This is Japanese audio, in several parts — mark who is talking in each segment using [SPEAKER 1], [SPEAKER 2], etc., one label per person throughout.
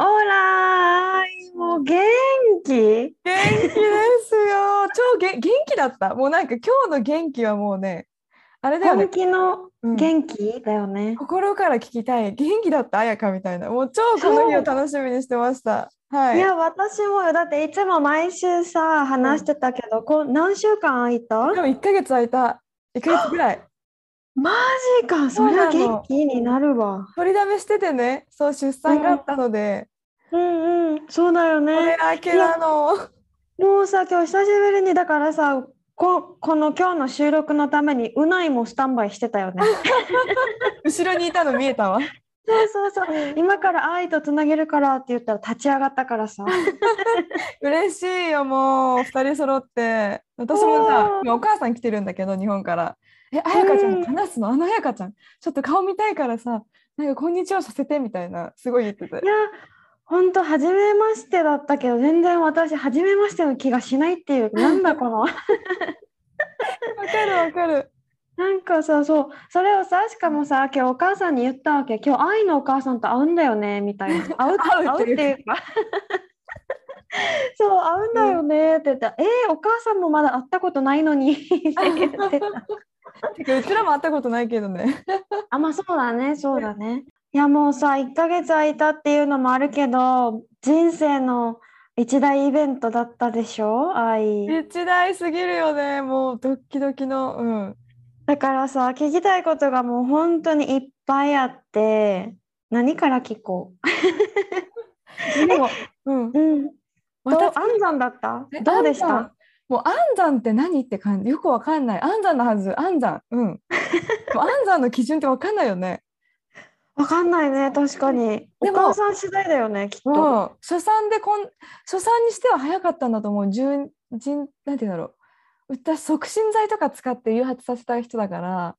[SPEAKER 1] オラもう元気
[SPEAKER 2] 元気ですよ超げ元気だったもうなんか今日の元気はもうね、あれだよね
[SPEAKER 1] 本。気の
[SPEAKER 2] うん
[SPEAKER 1] 元気だよね。
[SPEAKER 2] 心から聞きたい元気だった彩香みたいなもう超この日を楽しみにしてましたはいい
[SPEAKER 1] や私もよだっていつも毎週さ話してたけど、こう何週間空いた
[SPEAKER 2] でも1ヶ月空いた1ヶ月ぐらい
[SPEAKER 1] マジかそ
[SPEAKER 2] そう
[SPEAKER 1] れ
[SPEAKER 2] なの
[SPEAKER 1] は元気になるわ
[SPEAKER 2] 取りだめしててねそう出産があったので、
[SPEAKER 1] うんうんそうだよ
[SPEAKER 2] これ
[SPEAKER 1] ね
[SPEAKER 2] だけなの
[SPEAKER 1] もうさ今日久しぶりにだからさここの今日の収録のためにうないもスタンバイしてたよね
[SPEAKER 2] 後ろにいたの見えたわ
[SPEAKER 1] そうそうそう 今から愛とつなげるからって言ったら立ち上がったからさ
[SPEAKER 2] 嬉しいよもう2人揃って私もさ
[SPEAKER 1] おー
[SPEAKER 2] 今お母さん来てるんだけど日本から「え彩香ちゃ
[SPEAKER 1] うんん
[SPEAKER 2] 話すのあの彩香ちゃんちょっと顔見たいからさなんかこんにちはさせて」みたいなすごい言ってて
[SPEAKER 1] いやほんと初めましてだったけど全然私初めましての気がしないっていうなんだこの
[SPEAKER 2] わかるわかる
[SPEAKER 1] なんかさそうそれをさしかもさ今日お母さんに言ったわけ今日愛のお母さんと会うんだよねみたいな 会う
[SPEAKER 2] 会うっていうか
[SPEAKER 1] 会うっていうか そう会うんだよねって言ったら、えーお母さんもまだ会ったことないの にって言ってた
[SPEAKER 2] てかうちらも会ったことないけどね
[SPEAKER 1] あまあそうだねそうだねいやもうさ1ヶ月空いたっていうのもあるけど人生の一大イベントだったでしょ愛
[SPEAKER 2] 一大すぎるよねもうドッキドキのうん
[SPEAKER 1] だからさ聞きたいことがもう本当にいっぱいあって何から聞こ
[SPEAKER 2] でも、うん
[SPEAKER 1] う、 うん
[SPEAKER 2] 私
[SPEAKER 1] どう安産だった
[SPEAKER 2] え
[SPEAKER 1] どうでし
[SPEAKER 2] 安産
[SPEAKER 1] た
[SPEAKER 2] もう安産って何って感じよくわかんない安産のはず安産 うんもう安産の基準ってわかんないよね
[SPEAKER 1] わかんないね確かにお
[SPEAKER 2] でも
[SPEAKER 1] 母さん次第だよねきっと
[SPEAKER 2] もう初産でこん初産にしては早かったんだと思う純人なんて言うんだろう私促進剤とか使って誘発させた人だから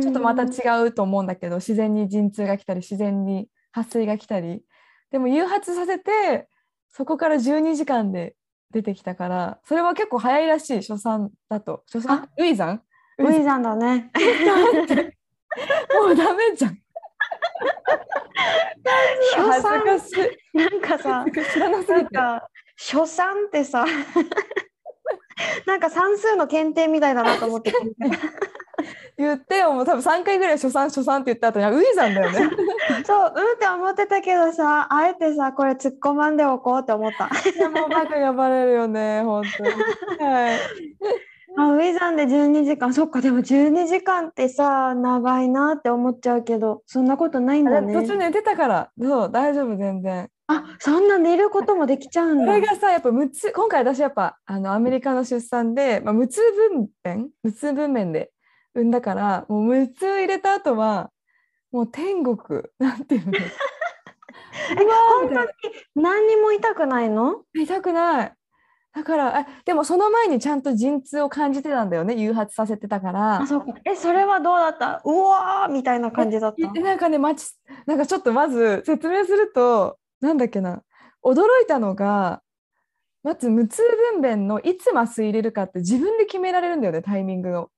[SPEAKER 2] ちょっとまた
[SPEAKER 1] うん
[SPEAKER 2] 違うと思うんだけど自然に陣痛が来たり自然に発水が来たりでも誘発させてそこから12時間で出てきたからそれは結構早いらしい初産だと初産ウイザン
[SPEAKER 1] ウイザンだね
[SPEAKER 2] もうダメじゃん
[SPEAKER 1] 初産
[SPEAKER 2] 恥ずかしい
[SPEAKER 1] なんかさ
[SPEAKER 2] 知らなす
[SPEAKER 1] な
[SPEAKER 2] ぎ
[SPEAKER 1] ん
[SPEAKER 2] て
[SPEAKER 1] か初産ってさ なんか算数の検定みたいだなと思って聞いて
[SPEAKER 2] 言ってよもう多分3回ぐらい初産初産って言った後にあウイザンだよね
[SPEAKER 1] そううんって思ってたけどさあえてさこれ突っ込まんでおこうって思った
[SPEAKER 2] いやもうバカがバレるよね、本当に。はい。
[SPEAKER 1] あウィザンで12時間そっかでも12時間ってさ長いなって思っちゃうけどそんなことないんだね
[SPEAKER 2] 途中寝てたから、そう、大丈夫、全然。
[SPEAKER 1] あそんな寝ることもできちゃうん
[SPEAKER 2] こ
[SPEAKER 1] だ
[SPEAKER 2] れがさ、やっぱ無痛、今回私やっぱ、あの、アメリカの出産で、まあ、無痛分娩無痛分娩で産んだから、もう無痛入れた後は、もう天国、なんていうの。
[SPEAKER 1] え
[SPEAKER 2] み
[SPEAKER 1] 本
[SPEAKER 2] たい
[SPEAKER 1] 当に何にも痛くないの
[SPEAKER 2] 痛くない。だから、えでもその前にちゃんと陣痛を感じてたんだよね、誘発させてたから
[SPEAKER 1] あ。そうかえそれはどうだったうわーみたいな感じだっ
[SPEAKER 2] え
[SPEAKER 1] た
[SPEAKER 2] なんかね、まち、なんかちょっとまず説明すると、なんだっけな、驚いたのが、まず無痛分娩のいつ麻酔入れるかって自分で決められるんだよね、タイミングを。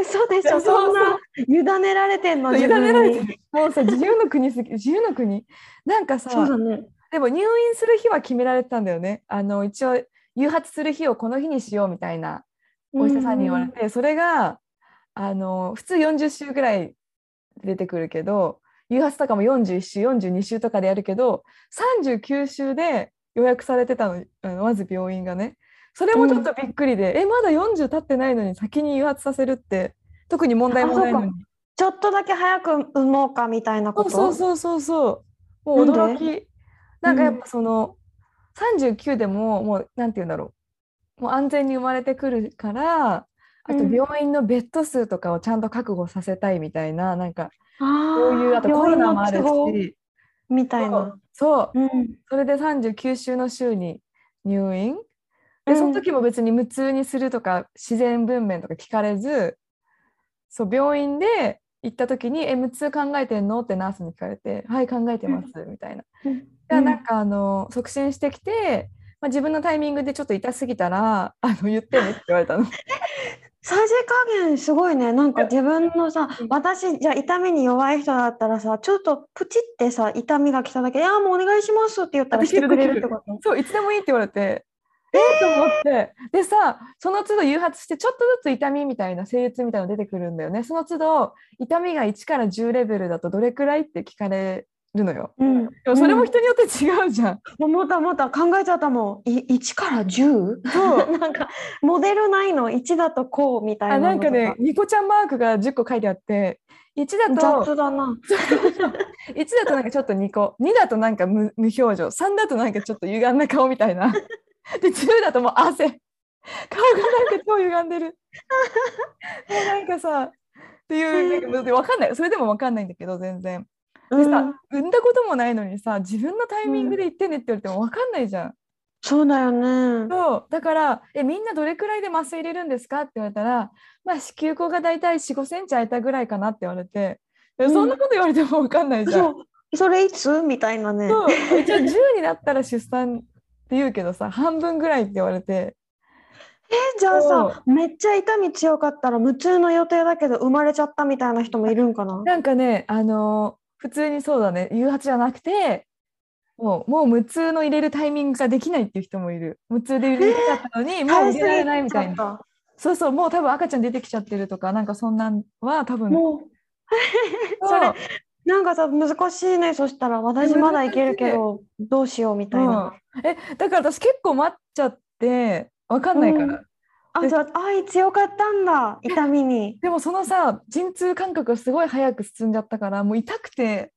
[SPEAKER 1] 嘘でし
[SPEAKER 2] そ
[SPEAKER 1] ょ
[SPEAKER 2] うそう
[SPEAKER 1] そんな委ねられてんの
[SPEAKER 2] 委ね
[SPEAKER 1] 自分に
[SPEAKER 2] られてる。もうさ、自由の国す ぎ、自由の国。なんかさ、
[SPEAKER 1] そうだね
[SPEAKER 2] でも入院する日は決められてたんだよね。あの、一応、誘発する日をこの日にしようみたいな、お医者さんに言われて、それが、あの、普通40週ぐらい出てくるけど、誘発とかも41週、42週とかでやるけど、39週で予約されてたの、あのまず病院がね。それもちょっとびっくりで、え、まだ40経ってないのに先に誘発させるって、特に問題もないのに。
[SPEAKER 1] ちょっとだけ早く産もうかみたいなこ
[SPEAKER 2] そう
[SPEAKER 1] と
[SPEAKER 2] そう
[SPEAKER 1] う
[SPEAKER 2] そうそうそう。もう
[SPEAKER 1] な
[SPEAKER 2] 驚
[SPEAKER 1] んで
[SPEAKER 2] き。なんかやっぱその、39でももうなんて言うんだろう。もう安全に生まれてくるから、あと病院のベッド数とかをちゃんと覚悟させたいみたいななんか
[SPEAKER 1] そ
[SPEAKER 2] そういうあとコロナもあるし
[SPEAKER 1] みたいな。
[SPEAKER 2] そう
[SPEAKER 1] うん
[SPEAKER 2] それで39週の週に入院でその時も別に無痛にするとか自然分娩とか聞かれずそう病院で行った時に「え無痛考えてんの?」ってナースに聞かれて「はい考えてます」みたいな。じゃあなんかあの促進してきて、まあ、自分のタイミングでちょっと痛すぎたら あの言ってねって言われた の。
[SPEAKER 1] サジ加減すごいねなんか自分のさ
[SPEAKER 2] うん
[SPEAKER 1] 私じゃあ痛みに弱い人だったらさちょっとプチってさ痛みが来ただけで「いやもうお願いします」って言ったら
[SPEAKER 2] あ
[SPEAKER 1] してくれるっ
[SPEAKER 2] できる
[SPEAKER 1] てこと
[SPEAKER 2] そういつでもいいって言われて。えー、と思ってでさその都度誘発してちょっとずつ痛みみたいな生理痛みたいなの出てくるんだよねその都度痛みが1から10レベルだとどれくらいって聞かれるのよ
[SPEAKER 1] うん、
[SPEAKER 2] でもそれも人によって違うじゃん、
[SPEAKER 1] うん思った思った考えちゃったもんい1から 10?
[SPEAKER 2] そう
[SPEAKER 1] なんか モデルないの1だとこうみたいな
[SPEAKER 2] あなん
[SPEAKER 1] のと
[SPEAKER 2] かねニコちゃんマークが10個書いてあって1だと
[SPEAKER 1] 雑だな
[SPEAKER 2] 1だとなんかちょっと2個2だとなんか無無表情3だとなんかちょっと歪んだ顔みたいなで10だともう汗顔がなんか超歪んでるもうなんかさっていうなんか分かんないそれでも分かんないんだけど全然でさ、
[SPEAKER 1] うん
[SPEAKER 2] 産んだこともないのにさ自分のタイミングで言ってねって言われても分かんないじゃん、
[SPEAKER 1] そうだよね
[SPEAKER 2] そうだからえみんなどれくらいで麻酔入れるんですかって言われたら、まあ、子宮口がだいたい4 5センチ空いたぐらいかなって言われてえ
[SPEAKER 1] うん
[SPEAKER 2] そんなこと言われても分かんないじゃん、
[SPEAKER 1] そうそれいつみたいなね
[SPEAKER 2] そう一応10になったら出産って言うけどさ半分ぐらいって言われて
[SPEAKER 1] えじゃあさめっちゃ痛み強かったら無痛の予定だけど生まれちゃったみたいな人もいるんかな
[SPEAKER 2] なんかねあのー普通にそうだね誘発じゃなくてもうもう無痛の入れるタイミングができないっていう人もいる無痛で入れたかったのに、もう入れられないみたいな
[SPEAKER 1] な。
[SPEAKER 2] そうそうもう多分赤ちゃん出てきちゃってるとかなんかそんなんは多分
[SPEAKER 1] もう
[SPEAKER 2] そう
[SPEAKER 1] それなんかさ難しいねそしたら私まだいけるけどどうしようみたいな。
[SPEAKER 2] うん、えだから私結構待っちゃってわかんないから、
[SPEAKER 1] うんあじゃあ愛強かったんだ痛みに。
[SPEAKER 2] でもそのさ陣痛感覚がすごい早く進んじゃったからもう痛くて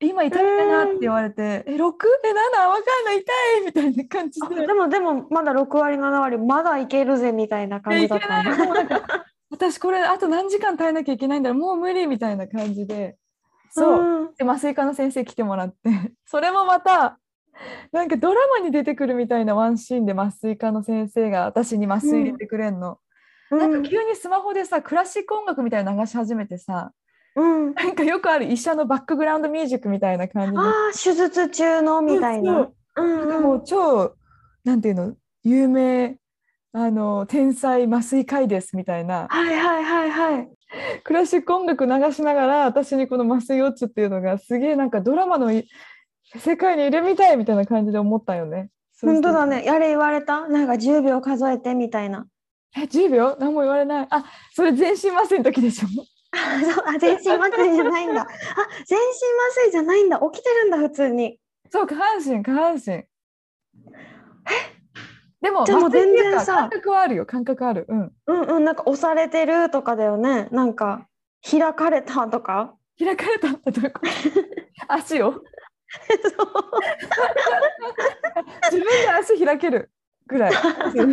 [SPEAKER 2] 今痛みだなって言われて「え六え7わかんない痛い!」みたいな感じ
[SPEAKER 1] あ
[SPEAKER 2] で
[SPEAKER 1] でもでもまだ6割7割まだいけるぜみたいな
[SPEAKER 2] え
[SPEAKER 1] 感
[SPEAKER 2] い
[SPEAKER 1] じ
[SPEAKER 2] け
[SPEAKER 1] だ
[SPEAKER 2] な
[SPEAKER 1] った
[SPEAKER 2] い
[SPEAKER 1] んだ。
[SPEAKER 2] もうなんか私これあと何時間耐えなきゃいけないんだろうもう無理みたいな感じでそう、
[SPEAKER 1] うん
[SPEAKER 2] で麻酔科の先生来てもらって それもまたなんかドラマに出てくるみたいなワンシーンで麻酔科の先生が私に麻酔入れてくれんの、なんか急にスマホでさクラシック音楽みたいなの流し始めてさ
[SPEAKER 1] うん。
[SPEAKER 2] なんかよくある医者のバックグラウンドミュージックみたいな感じで
[SPEAKER 1] ああ手術中のみたい
[SPEAKER 2] そ
[SPEAKER 1] な
[SPEAKER 2] う。
[SPEAKER 1] うん
[SPEAKER 2] なんかもう超なんていうの有名あの天才麻酔科医ですみたいな
[SPEAKER 1] はいはいはいはい。
[SPEAKER 2] クラシック音楽流しながら私にこの麻酔オッチっていうのがすげえなんかドラマのい世界にいるみたいみたいな感じで思ったよね。そうそう
[SPEAKER 1] 本当だね。やれ言われたなんか10秒数えてみたいな。
[SPEAKER 2] え10秒何も言われないあそれ全身麻酔の時でしょ
[SPEAKER 1] あそうあ全身麻酔じゃないんだ。あ全身麻酔じゃないんだ。起きてるんだ普通に。
[SPEAKER 2] そう下半身下半身。でも
[SPEAKER 1] じゃあもう
[SPEAKER 2] 麻酔っていか
[SPEAKER 1] 全然さ
[SPEAKER 2] 感覚はあるよ感覚はある。うん。
[SPEAKER 1] うんうんなんか押されてるとかだよね。なんか開かれたとか。
[SPEAKER 2] 開かれたってどういうこと足を自分で足開けるぐ らい。
[SPEAKER 1] あそう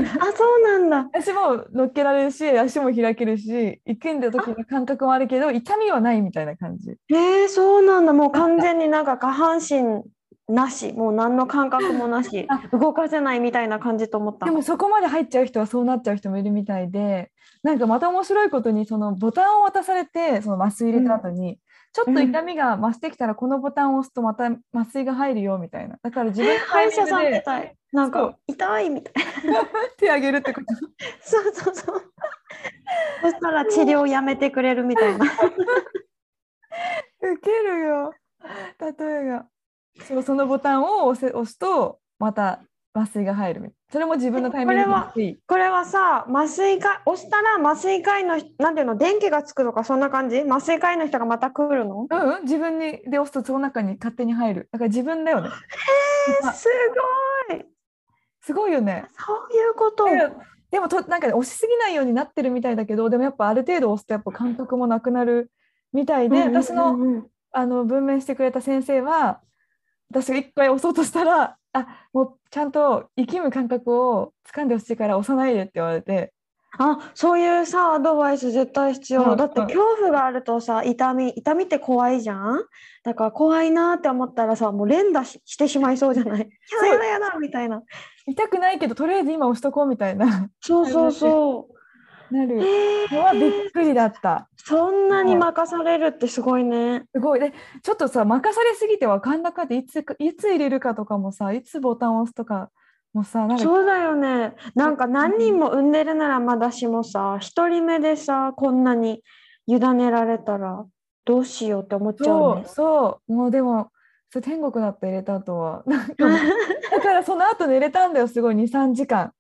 [SPEAKER 1] なんだ。
[SPEAKER 2] 足も乗っけられるし足も開けるし行くんだ時の感覚もあるけど痛みはないみたいな感じ。
[SPEAKER 1] えー、そうなんだ。もう完全になんか下半身なし、もう何の感覚もな し
[SPEAKER 2] あ、
[SPEAKER 1] 動かせないみたいな感じと思った
[SPEAKER 2] で。もそこまで入っちゃう人はそうなっちゃう人もいるみたいでなんかまた面白いことにそのボタンを渡されてその麻酔入れた後に、ちょっと痛みが増してきたらこのボタンを押すとまた麻酔が入るよみたいなだから自分の
[SPEAKER 1] 歯医者さんみ
[SPEAKER 2] で
[SPEAKER 1] たい。な
[SPEAKER 2] そ
[SPEAKER 1] んか
[SPEAKER 2] う
[SPEAKER 1] 痛いみ たい。
[SPEAKER 2] 手あげるってこと
[SPEAKER 1] そうそう そう。そしたら治療やめてくれるみたいな。
[SPEAKER 2] ウケるよ例えがそうそのボタンを押せ押すとまた麻酔が入るみたいなそれも自分のタイミング
[SPEAKER 1] これは
[SPEAKER 2] でいい
[SPEAKER 1] これはさ、麻酔科押したら麻酔科医の人なんていうの電気がつくとかそんな感じ？麻酔科医の人がまた来るの？
[SPEAKER 2] うんうん自分にで押すとその中に勝手に入るだから自分だよね
[SPEAKER 1] えー、すごい。
[SPEAKER 2] すごいよね
[SPEAKER 1] そういうこと。
[SPEAKER 2] だからでもとなんかね押しすぎないようになってるみたいだけどでもやっぱある程度押すとやっぱ感覚もなくなるみたいで、私の
[SPEAKER 1] の
[SPEAKER 2] あの文明してくれた先生は私が一回押そうとしたらあもうちゃんと生きむ感覚を掴んでほしいから押さないでって言われて
[SPEAKER 1] あそういうさアドバイス絶対必要、
[SPEAKER 2] うん
[SPEAKER 1] だって
[SPEAKER 2] うん
[SPEAKER 1] 恐怖があるとさ痛み痛みって怖いじゃんだから怖いなって思ったらさもう連打ししてしまいそうじゃない
[SPEAKER 2] そう
[SPEAKER 1] やだやだみたいな
[SPEAKER 2] 痛くないけどとりあえず今押しとこうみたいな
[SPEAKER 1] そうそうそ
[SPEAKER 2] な
[SPEAKER 1] う
[SPEAKER 2] る
[SPEAKER 1] え
[SPEAKER 2] のはびっ
[SPEAKER 1] ー、
[SPEAKER 2] くりだった
[SPEAKER 1] そんなに任されるってすごいね
[SPEAKER 2] すごいでちょっとさ任されすぎて分かんなかっていつかいつ入れるかとかもさいつボタンを押すとかもさなんか
[SPEAKER 1] そうだよねなんか何人も産んでるならまだしもさ一人目でさこんなに委ねられたらどうしようって思っちゃ
[SPEAKER 2] そうう
[SPEAKER 1] ね
[SPEAKER 2] そうもうでもそう天国だった入れた後は なんか もうだからその後寝れたんだよすごい23時間。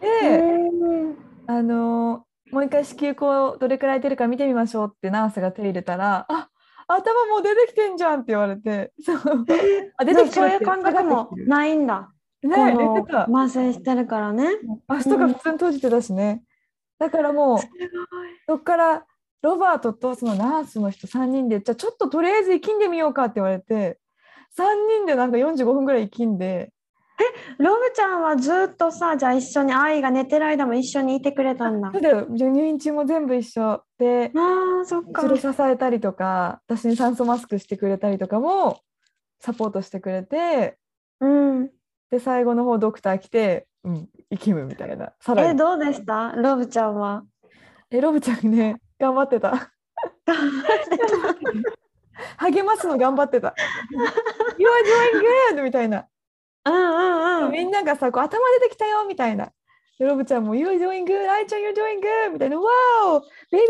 [SPEAKER 2] で、
[SPEAKER 1] うん
[SPEAKER 2] あのーもう一回子宮口どれくらい出るか見てみましょうってナースが手入れたら「あ頭もう出てきてんじゃん」って言われてそうあ出てきてる
[SPEAKER 1] そういう感覚も
[SPEAKER 2] ね
[SPEAKER 1] ないんだ。
[SPEAKER 2] 寝
[SPEAKER 1] この
[SPEAKER 2] てた
[SPEAKER 1] 慢性してるからね。
[SPEAKER 2] 足とか普通に閉じてたしね、だからもうそっからロバートとそのナースの人3人でじゃあちょっととりあえず生きんでみようかって言われて3人でなんか45分ぐらい生きんで
[SPEAKER 1] ロブちゃんはずっとさ、じゃあ一緒に愛が寝てる間も一緒にいてくれたん だ
[SPEAKER 2] そ。れで入院中も全部一緒で
[SPEAKER 1] ああ、そっか
[SPEAKER 2] そ。れ支えたりとか私に酸素マスクしてくれたりとかもサポートしてくれて
[SPEAKER 1] うん。
[SPEAKER 2] で最後の方ドクター来て、うん、生きむみたいなさら
[SPEAKER 1] え、
[SPEAKER 2] に
[SPEAKER 1] どうでしたロブちゃんは。
[SPEAKER 2] えロブちゃんね頑張ってた。励ますの頑張ってた。You're doing good! みたいな。
[SPEAKER 1] うんうんうん。
[SPEAKER 2] みんながさ、こう頭出てきたよみたいな。でロブちゃんも、You're doing good! 愛ちゃん、You're doing good! みたいな。Wow! Baby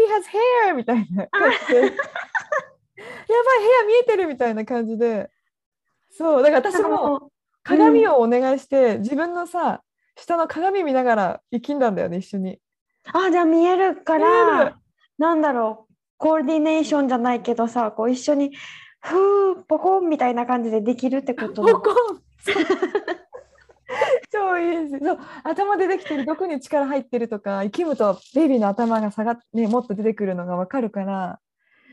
[SPEAKER 2] has hair! みたいな感 じで。やばい、部屋見えてるみたいな感じで。そう、だから私も鏡をお願いして、自分のさ、下の鏡見ながら生きんだんだよね、一緒に。
[SPEAKER 1] あ、じゃあ見えるか
[SPEAKER 2] 見える
[SPEAKER 1] ら、なんだろう、コーディネーションじゃないけどさ、こう一緒に、ふー、ポコンみたいな感じでできるってこと だ
[SPEAKER 2] ポコン超いいしそう頭出てきてるどこに力入ってるとか生きむとベビーの頭が下がっ、ね、もっと出てくるのが分かるから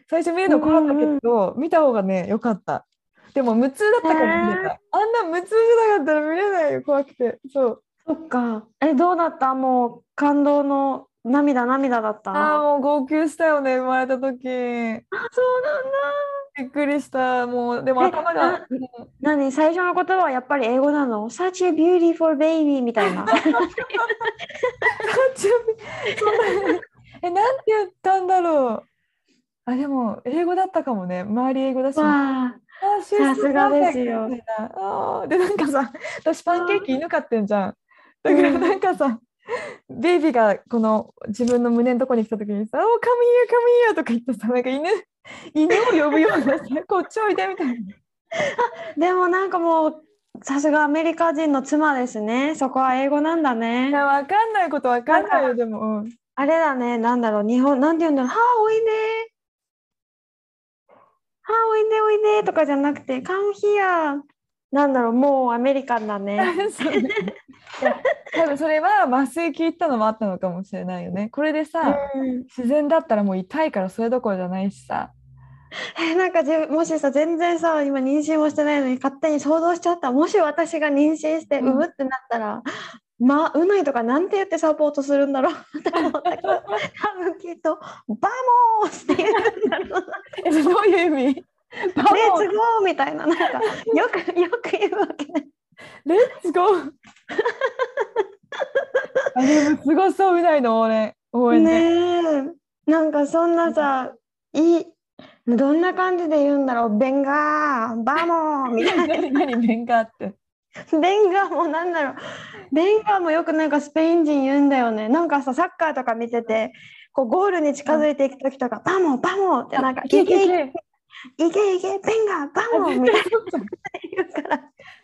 [SPEAKER 2] 最初見えるの怖かったけど、見た方がね良かったでも無痛だったから見れた、あんな無痛じゃなかったら見れないよ怖くてそう
[SPEAKER 1] そっか。え、どうだったもう感動の涙涙だった
[SPEAKER 2] ああもう号泣したよね生まれた時び
[SPEAKER 1] そうなんだ。
[SPEAKER 2] っくりしたもうでも頭
[SPEAKER 1] え
[SPEAKER 2] が
[SPEAKER 1] あ何最初の言葉はやっぱり英語なの ?Such a beautiful baby みたい な。
[SPEAKER 2] ちょそんなえ、なんて言ったんだろう。あ、でも、英語だったかもね。周り英語だし。あ、
[SPEAKER 1] わあ、
[SPEAKER 2] シューズ
[SPEAKER 1] さすが ですよ
[SPEAKER 2] みたいなあーで、なんかさ、私パンケーキ犬飼ってんじゃん。だから、
[SPEAKER 1] うん
[SPEAKER 2] なんかさ、ベイビーがこの自分の胸のとこに来た時にさ、おー、カムイヤー、カムイヤーとか言ってさ、なんか犬、犬を呼ぶようなさ、こっちおいでみたいな。
[SPEAKER 1] でもなんかもう、さすがアメリカ人の妻ですね。そこは英語なんだ
[SPEAKER 2] い
[SPEAKER 1] ね
[SPEAKER 2] や、。わかんないことわかんないよ、でも。うん
[SPEAKER 1] あれだね、なんだろう、日本、なんて言うんだろう、はあ、おいで。はあ、おいで、おいでとかじゃなくて、come here。なんだろう、もうアメリカンだね。
[SPEAKER 2] そう ねいや多分それは麻酔効いたのもあったのかもしれないよね。これでさ、
[SPEAKER 1] うん
[SPEAKER 2] 自然だったらもう痛いからそれどころじゃないしさ。
[SPEAKER 1] え なんか自分もしさ全然さ今妊娠もしてないのに勝手に想像しちゃったもし私が妊娠して
[SPEAKER 2] うん
[SPEAKER 1] 産むってなったら、まあうないとかなんて言ってサポートするんだろう って思ったけど多分きっと「バモース!」って言うんだろうな
[SPEAKER 2] え、それどういう意味バ
[SPEAKER 1] 「レッ
[SPEAKER 2] モ
[SPEAKER 1] ツ
[SPEAKER 2] ン
[SPEAKER 1] ゴー!」みたいななんかよ くよく言うわけね
[SPEAKER 2] レッツゴ ーあれもすごそうみたいの俺応援で。
[SPEAKER 1] ねえなんかそんなさいいどんな感じで言うんだろう「ベンガーバモー!」みたい な。
[SPEAKER 2] 何何弁があって。
[SPEAKER 1] ベンガーもなんだろう。ベンガーもよくなんかスペイン人言うんだよね。なんかさ、サッカーとか見てて、こうゴールに近づいていくときとか、バモバモってなんか、いけいけいけい
[SPEAKER 2] け。
[SPEAKER 1] け、ベンガーバモみたいな言うから、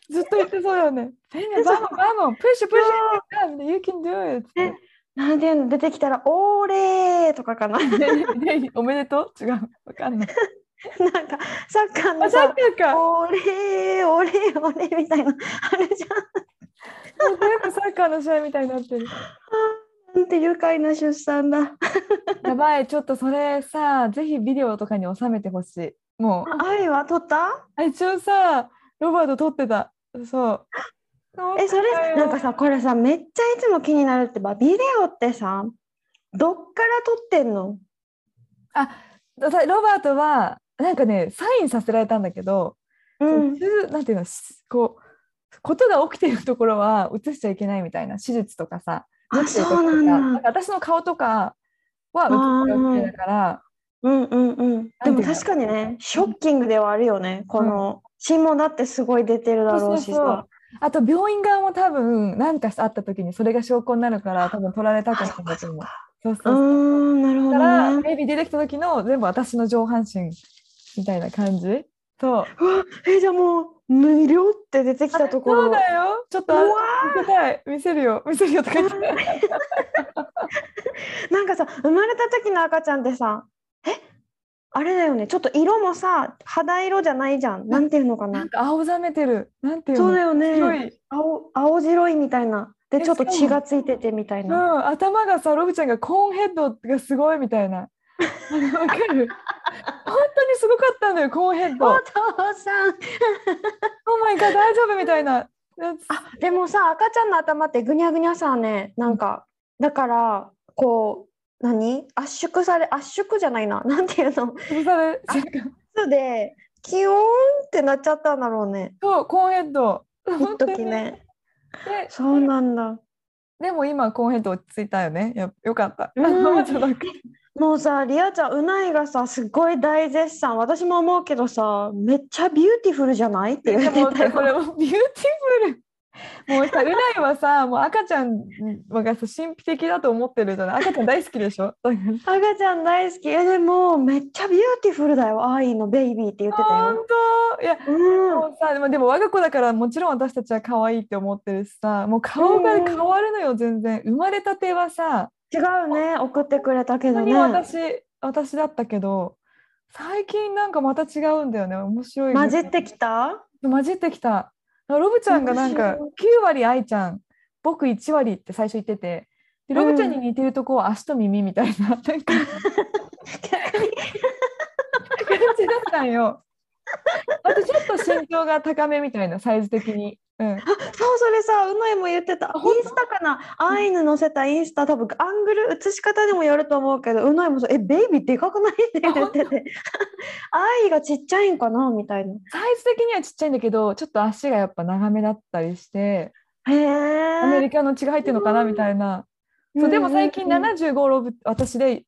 [SPEAKER 2] ずっと言ってそうだよ ね。バモンバモンプッシュプッシュ You can do it って。
[SPEAKER 1] なんていうの、出てきたら、オーレーとかかな。 なんか、
[SPEAKER 2] ねねおめでとう違う。わかん ない。
[SPEAKER 1] サッカーの
[SPEAKER 2] あ、さ
[SPEAKER 1] さ
[SPEAKER 2] っ、きか。
[SPEAKER 1] オーレー、オーレー、オーレーみたいな、あれじゃん。
[SPEAKER 2] もう全部サッカーの試合みたいになってる。
[SPEAKER 1] あーなんて愉快な出産だ。
[SPEAKER 2] やばい、ちょっとそれさ、ぜひビデオとかに収めてほしい。もう、
[SPEAKER 1] 愛は取った
[SPEAKER 2] あ一応さ、ロバート撮ってた。そう。
[SPEAKER 1] え、それ、なんかさ、これさ、めっちゃいつも気になるってば、ビデオってさ、どっから取ってんの
[SPEAKER 2] だからロバートはなんかねサインさせられたんだけど、
[SPEAKER 1] うん
[SPEAKER 2] そ。のなんていうのしこうことが起きてるところは映しちゃいけないみたいな手術とかさ
[SPEAKER 1] あ、
[SPEAKER 2] 持ってる
[SPEAKER 1] そ
[SPEAKER 2] 時と
[SPEAKER 1] う
[SPEAKER 2] か
[SPEAKER 1] なん
[SPEAKER 2] だ
[SPEAKER 1] だ。
[SPEAKER 2] から私の顔とかは映しちゃいけないから
[SPEAKER 1] うんうんうん。でも
[SPEAKER 2] なんていうの
[SPEAKER 1] 確かにね、ショッキングではあるよね。この血もだってすごい出てるだろうし
[SPEAKER 2] そうそうそ
[SPEAKER 1] さ
[SPEAKER 2] う。あと病院側も多分何かあった時にそれが証拠になるから多分取られたくないんだと思う。そうそうそ
[SPEAKER 1] うー
[SPEAKER 2] う。
[SPEAKER 1] ん、なるほ
[SPEAKER 2] だから
[SPEAKER 1] どね。
[SPEAKER 2] ベイビー出てきた時の全部私の上半身みたいな感じそう
[SPEAKER 1] うわ、え、じゃあもう無料って出てきたとこ
[SPEAKER 2] そう
[SPEAKER 1] ろ。
[SPEAKER 2] だよちょっとあ
[SPEAKER 1] うわ
[SPEAKER 2] 見せたい見せるよ見せるよとか言って
[SPEAKER 1] なんかさ、生まれた時の赤ちゃんってさ、え、あれだよね。ちょっと色もさ、肌色じゃないじゃん。なんていうのか
[SPEAKER 2] な。
[SPEAKER 1] なん
[SPEAKER 2] か青ざめてるなんていうの
[SPEAKER 1] そうだよ
[SPEAKER 2] 白
[SPEAKER 1] ね。
[SPEAKER 2] い
[SPEAKER 1] 青、青白いみたいな。で、
[SPEAKER 2] え
[SPEAKER 1] ちょっと
[SPEAKER 2] そう
[SPEAKER 1] 血がついててみたいうな。
[SPEAKER 2] ん、頭がさロブちゃんがコーンヘッドがすごいみたいなあのわかる本当にすごかったのよコーンヘッド「
[SPEAKER 1] お
[SPEAKER 2] オー
[SPEAKER 1] 父さん。
[SPEAKER 2] マイガー大丈夫」みたいなやつ
[SPEAKER 1] あでもさ赤ちゃんの頭ってぐにゃぐにゃさねなんかだからこう何圧縮され圧縮じゃない ななんていうの
[SPEAKER 2] 潰され
[SPEAKER 1] あ
[SPEAKER 2] なんか
[SPEAKER 1] そうでキヨーンってなっちゃったんだろうね
[SPEAKER 2] そうコーンヘッド
[SPEAKER 1] 一時ね
[SPEAKER 2] で
[SPEAKER 1] そうなんだ
[SPEAKER 2] でも今コーンヘッド落ち着いたよねよよかった、
[SPEAKER 1] うん
[SPEAKER 2] あのちょっと
[SPEAKER 1] もうさリアちゃんうないがさすごい大絶賛私も思うけどさめっちゃビューティフルじゃないって言
[SPEAKER 2] で
[SPEAKER 1] って
[SPEAKER 2] も
[SPEAKER 1] た
[SPEAKER 2] さこ
[SPEAKER 1] よ
[SPEAKER 2] れもビューティフルもうさうないはさもう赤ちゃんがさ神秘的だと思ってるじゃない赤ちゃん大好きでしょだから
[SPEAKER 1] 赤ちゃん大好きえでもめっちゃビューティフルだよアイのベイビーって言ってた
[SPEAKER 2] 本
[SPEAKER 1] よ
[SPEAKER 2] 当いや
[SPEAKER 1] うん
[SPEAKER 2] もうさでもでも我が子だからもちろん私たちは可愛いって思ってるしさもう顔が
[SPEAKER 1] うん
[SPEAKER 2] 変わるのよ全然生まれたてはさ
[SPEAKER 1] 違うね送ってくれたけ
[SPEAKER 2] 本
[SPEAKER 1] ど
[SPEAKER 2] 当に
[SPEAKER 1] ね
[SPEAKER 2] 私、私だったけど最近なんかまた違うんだよね面白い
[SPEAKER 1] 混じってきた
[SPEAKER 2] 混じってきたロブちゃんがなんか
[SPEAKER 1] 面白い
[SPEAKER 2] 9割愛ちゃん僕1割って最初言っててでロブちゃんに似てるとこは足と耳みたいな,、 なんか感
[SPEAKER 1] 逆に
[SPEAKER 2] じだったんよあとちょっと身長が高めみたいなサイズ的に、うん、
[SPEAKER 1] そうそれさうないも言ってたイ
[SPEAKER 2] 本当
[SPEAKER 1] ンスタかなアイヌ載せたインスタ多分アングル写し方にもよると思うけどうないもそうえベイビーでかくない?」って言ってて「アイがちっちゃいんかな?」みたいな。
[SPEAKER 2] サイズ的にはちっちゃいんだけどちょっと足がやっぱ長めだったりして
[SPEAKER 1] へ
[SPEAKER 2] アメリ
[SPEAKER 1] え。
[SPEAKER 2] カの血が入ってるのかなみたいな、そうでも最近
[SPEAKER 1] うんうんうん
[SPEAKER 2] 75ロブ私で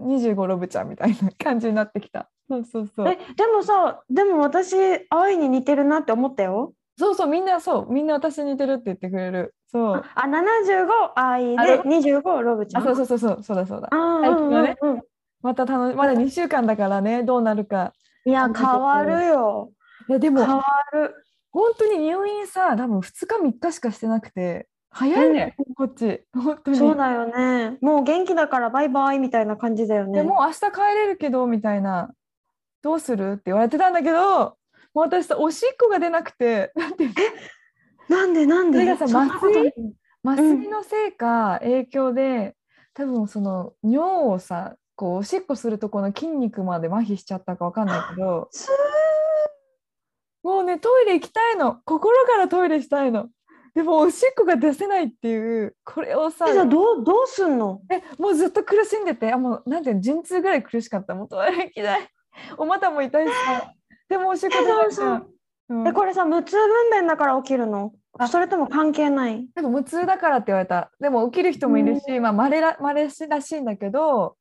[SPEAKER 2] 25ロブちゃんみたいな感じになってきたそうそうそう
[SPEAKER 1] えでもさでも私アイに似てるなって思ったよ。
[SPEAKER 2] そうそうみんなそうみんな私に似てるって言ってくれるそう
[SPEAKER 1] あ75アイ
[SPEAKER 2] あ
[SPEAKER 1] で
[SPEAKER 2] ロ
[SPEAKER 1] 25ロブちゃ
[SPEAKER 2] あ
[SPEAKER 1] ん。
[SPEAKER 2] そうそうそうそうそうだそうだ
[SPEAKER 1] あー
[SPEAKER 2] 最近はね
[SPEAKER 1] うんうんうん
[SPEAKER 2] また楽しまだ2週間だからねどうなるか
[SPEAKER 1] いや変わるよ。
[SPEAKER 2] いやで
[SPEAKER 1] 変
[SPEAKER 2] も
[SPEAKER 1] わる。
[SPEAKER 2] 本当に入院さ多分2日3日しかしてなくて早いね、こっち本当に
[SPEAKER 1] そうだよね。もう元気だからバイバイみたいな感じだよね。
[SPEAKER 2] でもう明日帰れるけどみたいなどうするって言われてたんだけどもう私さおしっこが出なくて なんていうの
[SPEAKER 1] なんでなんで
[SPEAKER 2] それがさ
[SPEAKER 1] そんなこと
[SPEAKER 2] 麻酔
[SPEAKER 1] に
[SPEAKER 2] 麻酔のせいか影響で多分その尿をさこうおしっこするとこの筋肉まで麻痺しちゃったかわかんないけど
[SPEAKER 1] す
[SPEAKER 2] もうねトイレ行きたいの心からトイレしたいのでもおしっこが出せないっていうこれをさ
[SPEAKER 1] ーえじゃあどうどうすんの
[SPEAKER 2] えもうずっと苦しんでてあもうなんていうの陣痛ぐらい苦しかったもうトイレ行きたい お股も痛いしさでもおしっこ出ないじゃん、うん
[SPEAKER 1] えこれさ無痛分娩だから起きるの
[SPEAKER 2] あ
[SPEAKER 1] それとも関係ない
[SPEAKER 2] 多分無痛だからって言われたでも起きる人もいるし、まあまれらまれしらしいんだけど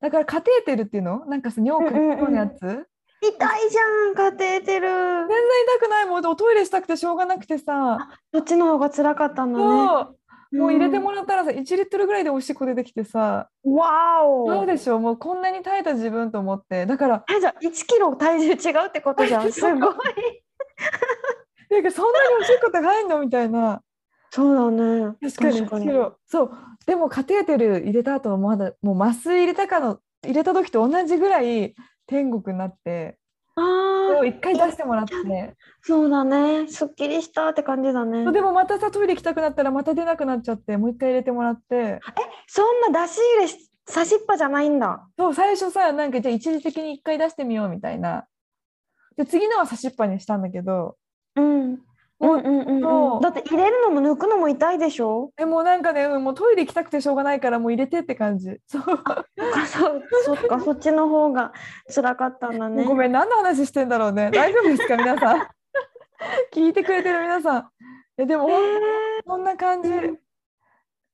[SPEAKER 2] だからカテーテルっていうのなんかさ尿をかき込むやつ、全然
[SPEAKER 1] 痛いじゃんカテーテル
[SPEAKER 2] 痛くないもうおトイレしたくてしょうがなくてさ、
[SPEAKER 1] そっちの方が辛かったんだね
[SPEAKER 2] そうもう入れても
[SPEAKER 1] ら
[SPEAKER 2] らったらさ1リットルぐらいでおしっこ出てきてさ
[SPEAKER 1] うんわお
[SPEAKER 2] どうでしょうもうこんなに耐えた自分と思ってだから
[SPEAKER 1] えじゃあ1キロ体重違うってことじゃんすごい
[SPEAKER 2] なんかそんなにおしっこ高いのみたいな。
[SPEAKER 1] そうだね
[SPEAKER 2] 確かに1キロそうでもカテーテル入れた後はまだもう麻酔入れたかの入れた時と同じぐらい天国になって
[SPEAKER 1] あ
[SPEAKER 2] それを
[SPEAKER 1] ー
[SPEAKER 2] 一回出してもらって
[SPEAKER 1] そうだねすっきりしたって感じだね
[SPEAKER 2] そうでもまたさトイレ行きたくなったらまた出なくなっちゃってもう一回入れてもらって
[SPEAKER 1] そんな出し入れし差しっぱじゃないんだ
[SPEAKER 2] そう最初さなんかじゃあ一時的に一回出してみようみたいなで次のは差しっぱにしたんだけど
[SPEAKER 1] うんうんうんうんう
[SPEAKER 2] そ
[SPEAKER 1] ん、
[SPEAKER 2] う
[SPEAKER 1] だって入れるのも抜くのも痛いでし ょ
[SPEAKER 2] えもうなんかねうんもうトイレ行きたくてしょうがないからもう入れてって感じそう、
[SPEAKER 1] あそうそっかそっちの方が辛かったんだね
[SPEAKER 2] ごめん何の話してんだろう ね大丈夫ですか皆さん聞いてくれてる皆さんえでもほんこんな感じ
[SPEAKER 1] うん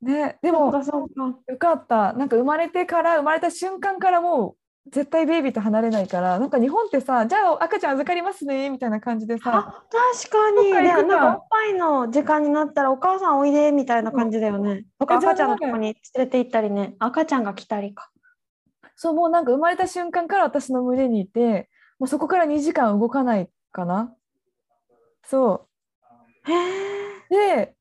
[SPEAKER 2] ねで
[SPEAKER 1] そっ
[SPEAKER 2] も
[SPEAKER 1] かそっか
[SPEAKER 2] よかった。なんか生まれてから、生まれた瞬間からもう絶対ベイビーと離れないから、なんか日本ってさ、じゃあ赤ちゃん預かりますね、みたいな感じでさ、
[SPEAKER 1] あ確か
[SPEAKER 2] そ
[SPEAKER 1] に
[SPEAKER 2] っか
[SPEAKER 1] で
[SPEAKER 2] 行
[SPEAKER 1] なん
[SPEAKER 2] くか
[SPEAKER 1] かおっぱいの時間になったらお母さんおいでみたいな感じだよね、とか
[SPEAKER 2] えじゃあ
[SPEAKER 1] 赤ちゃんのとこに連れて行ったりね赤ちゃんが来たりか
[SPEAKER 2] そうもうなんか生まれた瞬間から私の胸にいて、もうそこから2時間動かないかな。そ
[SPEAKER 1] へえ
[SPEAKER 2] う。で、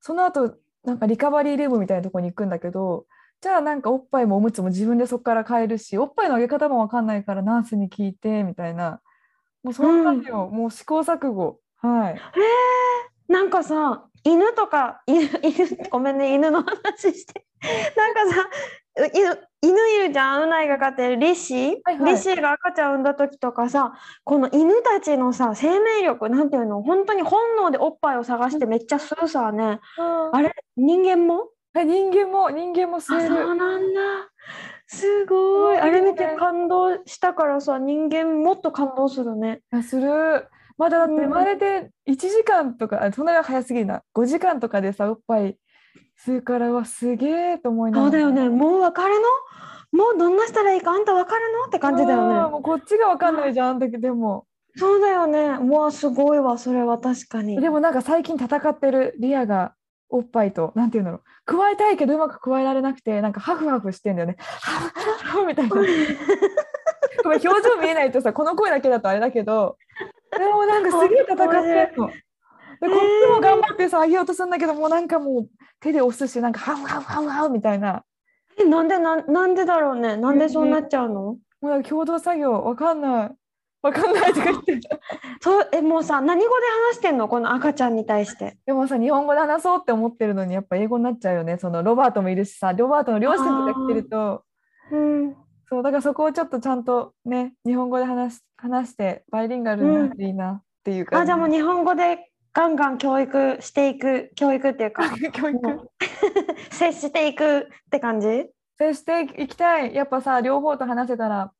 [SPEAKER 2] その後、なんかリカバリールームみたいなとこに行くんだけど、じゃあなんかおっぱいもおむつも自分でそこから変えるし、おっぱいのあげ方もわかんないからナースに聞いて、みたいな。もうそんなんよ、もう試行錯誤。はい。
[SPEAKER 1] なんかさ犬とか犬 犬ごめんね犬の話して なんかさう犬犬いるじゃんうないが飼ってるリシ、
[SPEAKER 2] はいはい
[SPEAKER 1] リシが赤ちゃん産んだ時とかさこの犬たちのさ生命力なんていうの本当に本能でおっぱいを探してめっちゃ吸うさねあれ人間も
[SPEAKER 2] え人間も人間も吸
[SPEAKER 1] あ
[SPEAKER 2] え
[SPEAKER 1] そう
[SPEAKER 2] る。
[SPEAKER 1] なんだすごい
[SPEAKER 2] そう
[SPEAKER 1] あれ見て
[SPEAKER 2] だよね
[SPEAKER 1] 感動したからさ人間もっと感動するね
[SPEAKER 2] あする。まだだって
[SPEAKER 1] うん
[SPEAKER 2] 生まれて1時間とか、あそんなに早すぎるな。5時間とかでさ、おっぱい吸うからはすげえと思いなが
[SPEAKER 1] そ
[SPEAKER 2] ら。
[SPEAKER 1] うだよねもう分かるのもうどんなしたらいいかあんた分かるのって感じだ
[SPEAKER 2] あー
[SPEAKER 1] よね
[SPEAKER 2] もうこっちがわかんないじゃん。だけどでも、
[SPEAKER 1] そうだよねもうすごいわそれは確かに
[SPEAKER 2] でもなんか最近戦ってるリアがおっぱいと、なんていうんだろう。加えたいけどうまく加えられなくて、なんかハフハフしてんだよね。ハフハフみたいな。ごめん表情見えないとさ、この声だけだとあれだけど、でもなんかすげえ戦ってんの。でこっちも頑張ってさ、あげようとするんだけど、もうなんかもう手で押すし、なんかハウハウハウハウみたいな、
[SPEAKER 1] えなんでなんなんでだろうねなんでそうなっちゃうの、
[SPEAKER 2] もうなんか共同作業、わかんない。わかんないとか言って。
[SPEAKER 1] そうえもうさ何語で話してんのこの赤ちゃんに対して
[SPEAKER 2] でもさ、日本語で話そうって思ってるのに、やっぱ英語になっちゃうよね。そのロバートもいるしさ、ロバートの両親とか来てると、
[SPEAKER 1] うん
[SPEAKER 2] そう、だからそこをちょっとちゃんとね、日本語で話し話して、バイリンガルになっていいなっていうか、
[SPEAKER 1] あじゃあもう日本語でガンガン教育していく教育っていうか
[SPEAKER 2] 教育。
[SPEAKER 1] もう接していくって感じ
[SPEAKER 2] 接していきたい。やっぱさ、両方と話せたら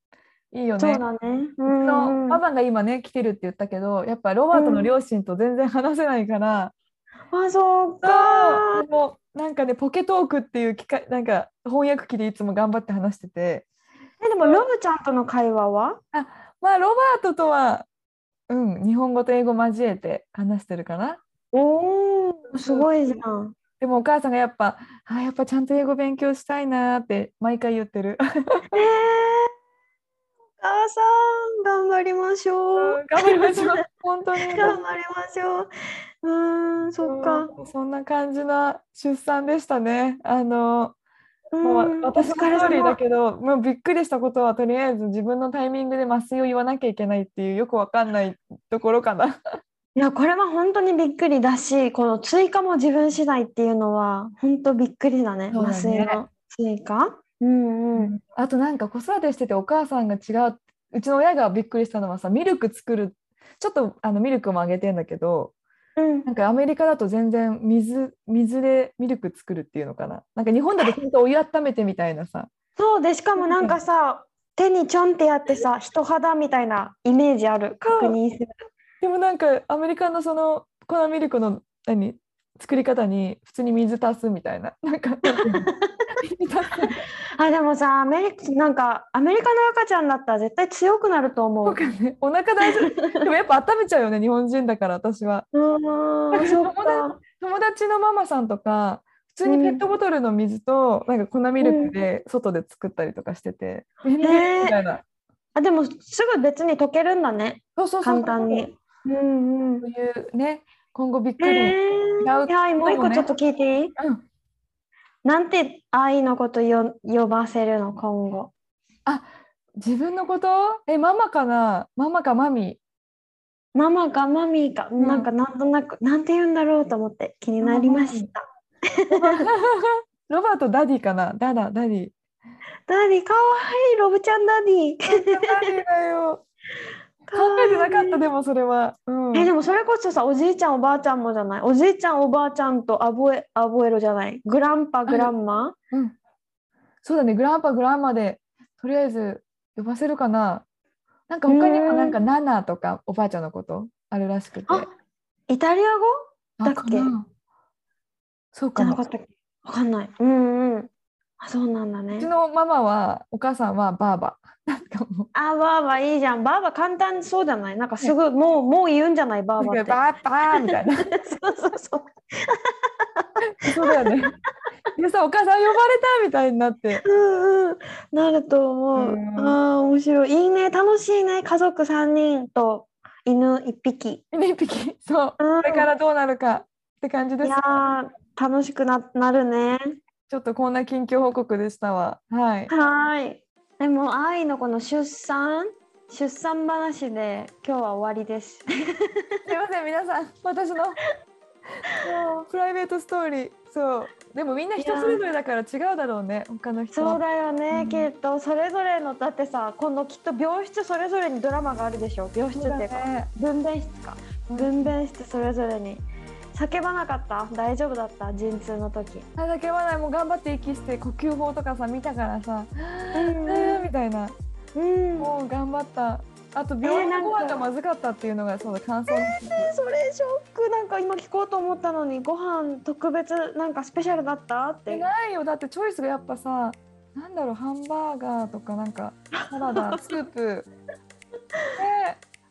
[SPEAKER 2] いいよね。
[SPEAKER 1] そうだね。うん
[SPEAKER 2] の
[SPEAKER 1] うん
[SPEAKER 2] ママが今ね来てるって言ったけどやっぱロバートの両親と全然話せないから、
[SPEAKER 1] あ、そう
[SPEAKER 2] そ
[SPEAKER 1] か。
[SPEAKER 2] うもうなんかねポケトークっていう機械なんか翻訳機でいつも頑張って話してて
[SPEAKER 1] え、でも、ロブちゃんとの会話は。
[SPEAKER 2] まあロバートとはうん日本語と英語交えて話してるかな
[SPEAKER 1] おお、すごいじゃん。
[SPEAKER 2] でもお母さんがやっぱあやっぱちゃんと英語勉強したいなーって毎回言って る
[SPEAKER 1] ええお母さん、頑張りましょう。
[SPEAKER 2] 頑張りましょう本当に
[SPEAKER 1] 頑張りましょう。うーん、 そっか。
[SPEAKER 2] うんそんな感じな出産でしたねあの
[SPEAKER 1] う、
[SPEAKER 2] もうん私
[SPEAKER 1] お
[SPEAKER 2] の
[SPEAKER 1] 疲れ
[SPEAKER 2] 通りだ
[SPEAKER 1] 様。
[SPEAKER 2] けど、もうびっくりしたことはとりあえず自分のタイミングで麻酔を言わなきゃいけないっていうよくわかんないところかな。
[SPEAKER 1] いや、これは本当にびっくりだし、この追加も自分次第っていうのは、本当びっくりだね。
[SPEAKER 2] そうだ
[SPEAKER 1] 麻
[SPEAKER 2] ね
[SPEAKER 1] 酔の追加。うんうん。
[SPEAKER 2] あとなんか子育てしててお母さんが違ううちの親がびっくりしたのはさミルク作るちょっとあのミルクもあげてんだけど
[SPEAKER 1] うん
[SPEAKER 2] な。んかアメリカだと全然水水でミルク作るっていうのかななんか日本だとちゃんとお湯温めてみたいなさ
[SPEAKER 1] そうでしかもなんかさ手にちょんってやってさ人肌みたいなイメージある
[SPEAKER 2] そう
[SPEAKER 1] 確認する
[SPEAKER 2] でもなんかアメリカのその粉ミルクの何作り方に普通に水足すみたいななんか水足す
[SPEAKER 1] あでもさアメリカなんかアメリカの赤ちゃんだったら絶対強くなると思
[SPEAKER 2] そう
[SPEAKER 1] う
[SPEAKER 2] かね、お腹大丈夫。でもやっぱ温めちゃうよね、日本人だから私は。
[SPEAKER 1] うーんそうか
[SPEAKER 2] 友達のママさんとか、普通にペットボトルの水と、なんか粉ミルクで外で作ったりとかしてて、便利みたいな。
[SPEAKER 1] あでもすぐ別に溶けるんだね
[SPEAKER 2] そうそうそう。
[SPEAKER 1] 簡単に。うんうん
[SPEAKER 2] そういうね、今後びっく
[SPEAKER 1] え
[SPEAKER 2] り。
[SPEAKER 1] ー、いやもう一個
[SPEAKER 2] ね
[SPEAKER 1] ちょっと聞いていい
[SPEAKER 2] うん
[SPEAKER 1] なんて愛のことよ呼ばせるの今後
[SPEAKER 2] 自分のことえ、ママかなママかマミ。
[SPEAKER 1] ママかマミーか、
[SPEAKER 2] ん
[SPEAKER 1] なんかなんとなくなんて言うんだろうと思って気になりました
[SPEAKER 2] ロバートダディかなダダ、ダデ ィ。
[SPEAKER 1] ダディかわいいロブちゃんダディ。
[SPEAKER 2] ダディだよ。考えてなかったでもそれは、うん、
[SPEAKER 1] えでもそれこそさおじいちゃんおばあちゃんもじゃないおじいちゃんおばあちゃんとアボエアボエロじゃないグランパグランマ
[SPEAKER 2] うんそうだねグランパグランマでとりあえず呼ばせるかななんか他にもなんかナナとかおばあちゃんのことあるらしくて
[SPEAKER 1] あイタリア語だっけ
[SPEAKER 2] あかなそう
[SPEAKER 1] じ
[SPEAKER 2] か
[SPEAKER 1] ゃな
[SPEAKER 2] も
[SPEAKER 1] かったっけわかんないうんうんあそうなんだ
[SPEAKER 2] う
[SPEAKER 1] ね
[SPEAKER 2] ちのママはお母さんはバーバなんかも
[SPEAKER 1] あバーバいいじゃんバーバ簡単そうじゃないなんかすぐもうもう言うんじゃないバ
[SPEAKER 2] う
[SPEAKER 1] ーバ
[SPEAKER 2] なん
[SPEAKER 1] っ
[SPEAKER 2] かバーバーみたいな
[SPEAKER 1] て そうそうそう
[SPEAKER 2] そうだよ ねでさお母さん呼ばれたみたいになって
[SPEAKER 1] うんうんなると思う、
[SPEAKER 2] うん
[SPEAKER 1] あー面白いいいね楽しいね家族三人と犬一匹
[SPEAKER 2] 2匹そう
[SPEAKER 1] うん
[SPEAKER 2] これからどうなるかって感じで
[SPEAKER 1] い
[SPEAKER 2] す
[SPEAKER 1] やー楽しくななるね
[SPEAKER 2] ちょっとこんな近況報告でしたわはい
[SPEAKER 1] はーいでも愛のこの出産出産話で今日は終わりで す
[SPEAKER 2] すいません皆さん私 のもうプライベートストーリーそうでもみんな人それぞれだから違うだろうね他の人
[SPEAKER 1] そう
[SPEAKER 2] は
[SPEAKER 1] だよね、
[SPEAKER 2] うん
[SPEAKER 1] きっとそれぞれのだってさ今度きっと病室それぞれにドラマがあるでしょ病室っていうか、
[SPEAKER 2] ね
[SPEAKER 1] 分娩室か
[SPEAKER 2] うん
[SPEAKER 1] 分娩室それぞれに叫ばなかった大丈夫だった陣痛の時
[SPEAKER 2] あだけはないもう頑張って息して呼吸法とかさ見たからさ
[SPEAKER 1] うん
[SPEAKER 2] うんみたいな
[SPEAKER 1] うん
[SPEAKER 2] もう頑張ったあと病院のご飯がまずかったっていうのがそうだ感想
[SPEAKER 1] それショックなんか今聞こうと思ったのにご飯特別なんかスペシャルだったっ
[SPEAKER 2] で
[SPEAKER 1] て
[SPEAKER 2] ないよだってチョイスがやっぱさなんだろうハンバーガーとかなんかサラ ダスープで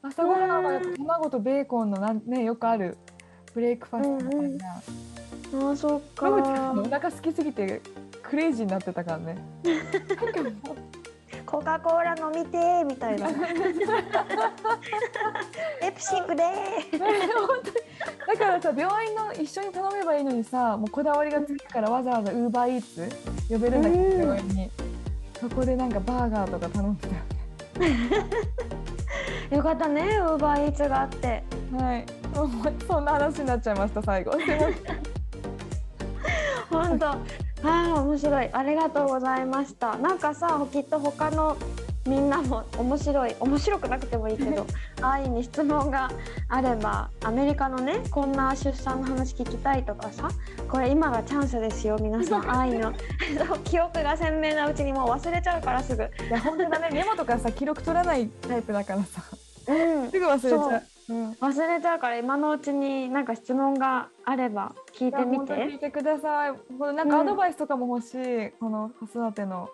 [SPEAKER 2] 朝ごはんはやっぱ卵とベーコンのなんねよくあるブレイクファストみたいな。
[SPEAKER 1] うんうんああそっか
[SPEAKER 2] マムちゃんのお腹空きすぎてクレイジーになってたからね。
[SPEAKER 1] コカ・コーラ飲みてーみた いなペプシくれー
[SPEAKER 2] だからさ病院の一緒に頼めばいいのにさもうこだわりがつくからわざわざウーバーイーツ呼べるんだけど
[SPEAKER 1] うん
[SPEAKER 2] 病院に。そこでなんかバーガーとか頼んで
[SPEAKER 1] よかったねウーバーイーツがあって
[SPEAKER 2] た。はい。 もうそんな話になっちゃいました最後。 すいません
[SPEAKER 1] ほんとああ面白いありがとうございましたなんかさきっと他のみんなも面白い面白くなくてもいいけ ど愛に質問があればアメリカのねこんな出産の話聞きたいとかさこれ今がチャンスですよ皆 さん愛のそう記憶が鮮明なうちにもう忘れちゃうからすぐ
[SPEAKER 2] いや本当だねメモとかさ記録取らないタイプだからさ
[SPEAKER 1] うん
[SPEAKER 2] すぐ忘れちゃ
[SPEAKER 1] そう
[SPEAKER 2] う。
[SPEAKER 1] 忘れちゃうから今のうちになんか質問があれば聞い
[SPEAKER 2] いや
[SPEAKER 1] てみ
[SPEAKER 2] 本当に聞
[SPEAKER 1] て
[SPEAKER 2] いてください。ほんとなんかアドバイスとかも欲しい、この子育ての。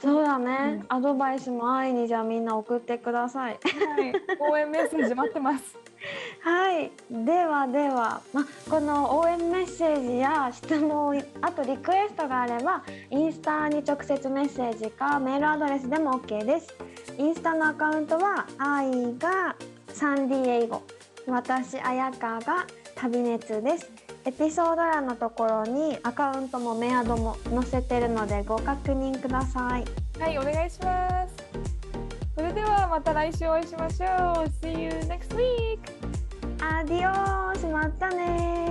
[SPEAKER 1] そうだね
[SPEAKER 2] う、
[SPEAKER 1] アドバイスも愛にじゃあみんな送ってください
[SPEAKER 2] はい、応援メッセージ待ってます。
[SPEAKER 1] はい、ではでは、ま、この応援メッセージや質問あとリクエストがあればインスタに直接メッセージかメールアドレスでも OK ですインスタのアカウントは愛がサンディエイゴ私綾香が旅熱ですエピソード欄のところにアカウントもメアドも載せてるのでご確認ください
[SPEAKER 2] はい、お願いします。それではまた来週お会いしましょう。See you next week!
[SPEAKER 1] アディオースまったねー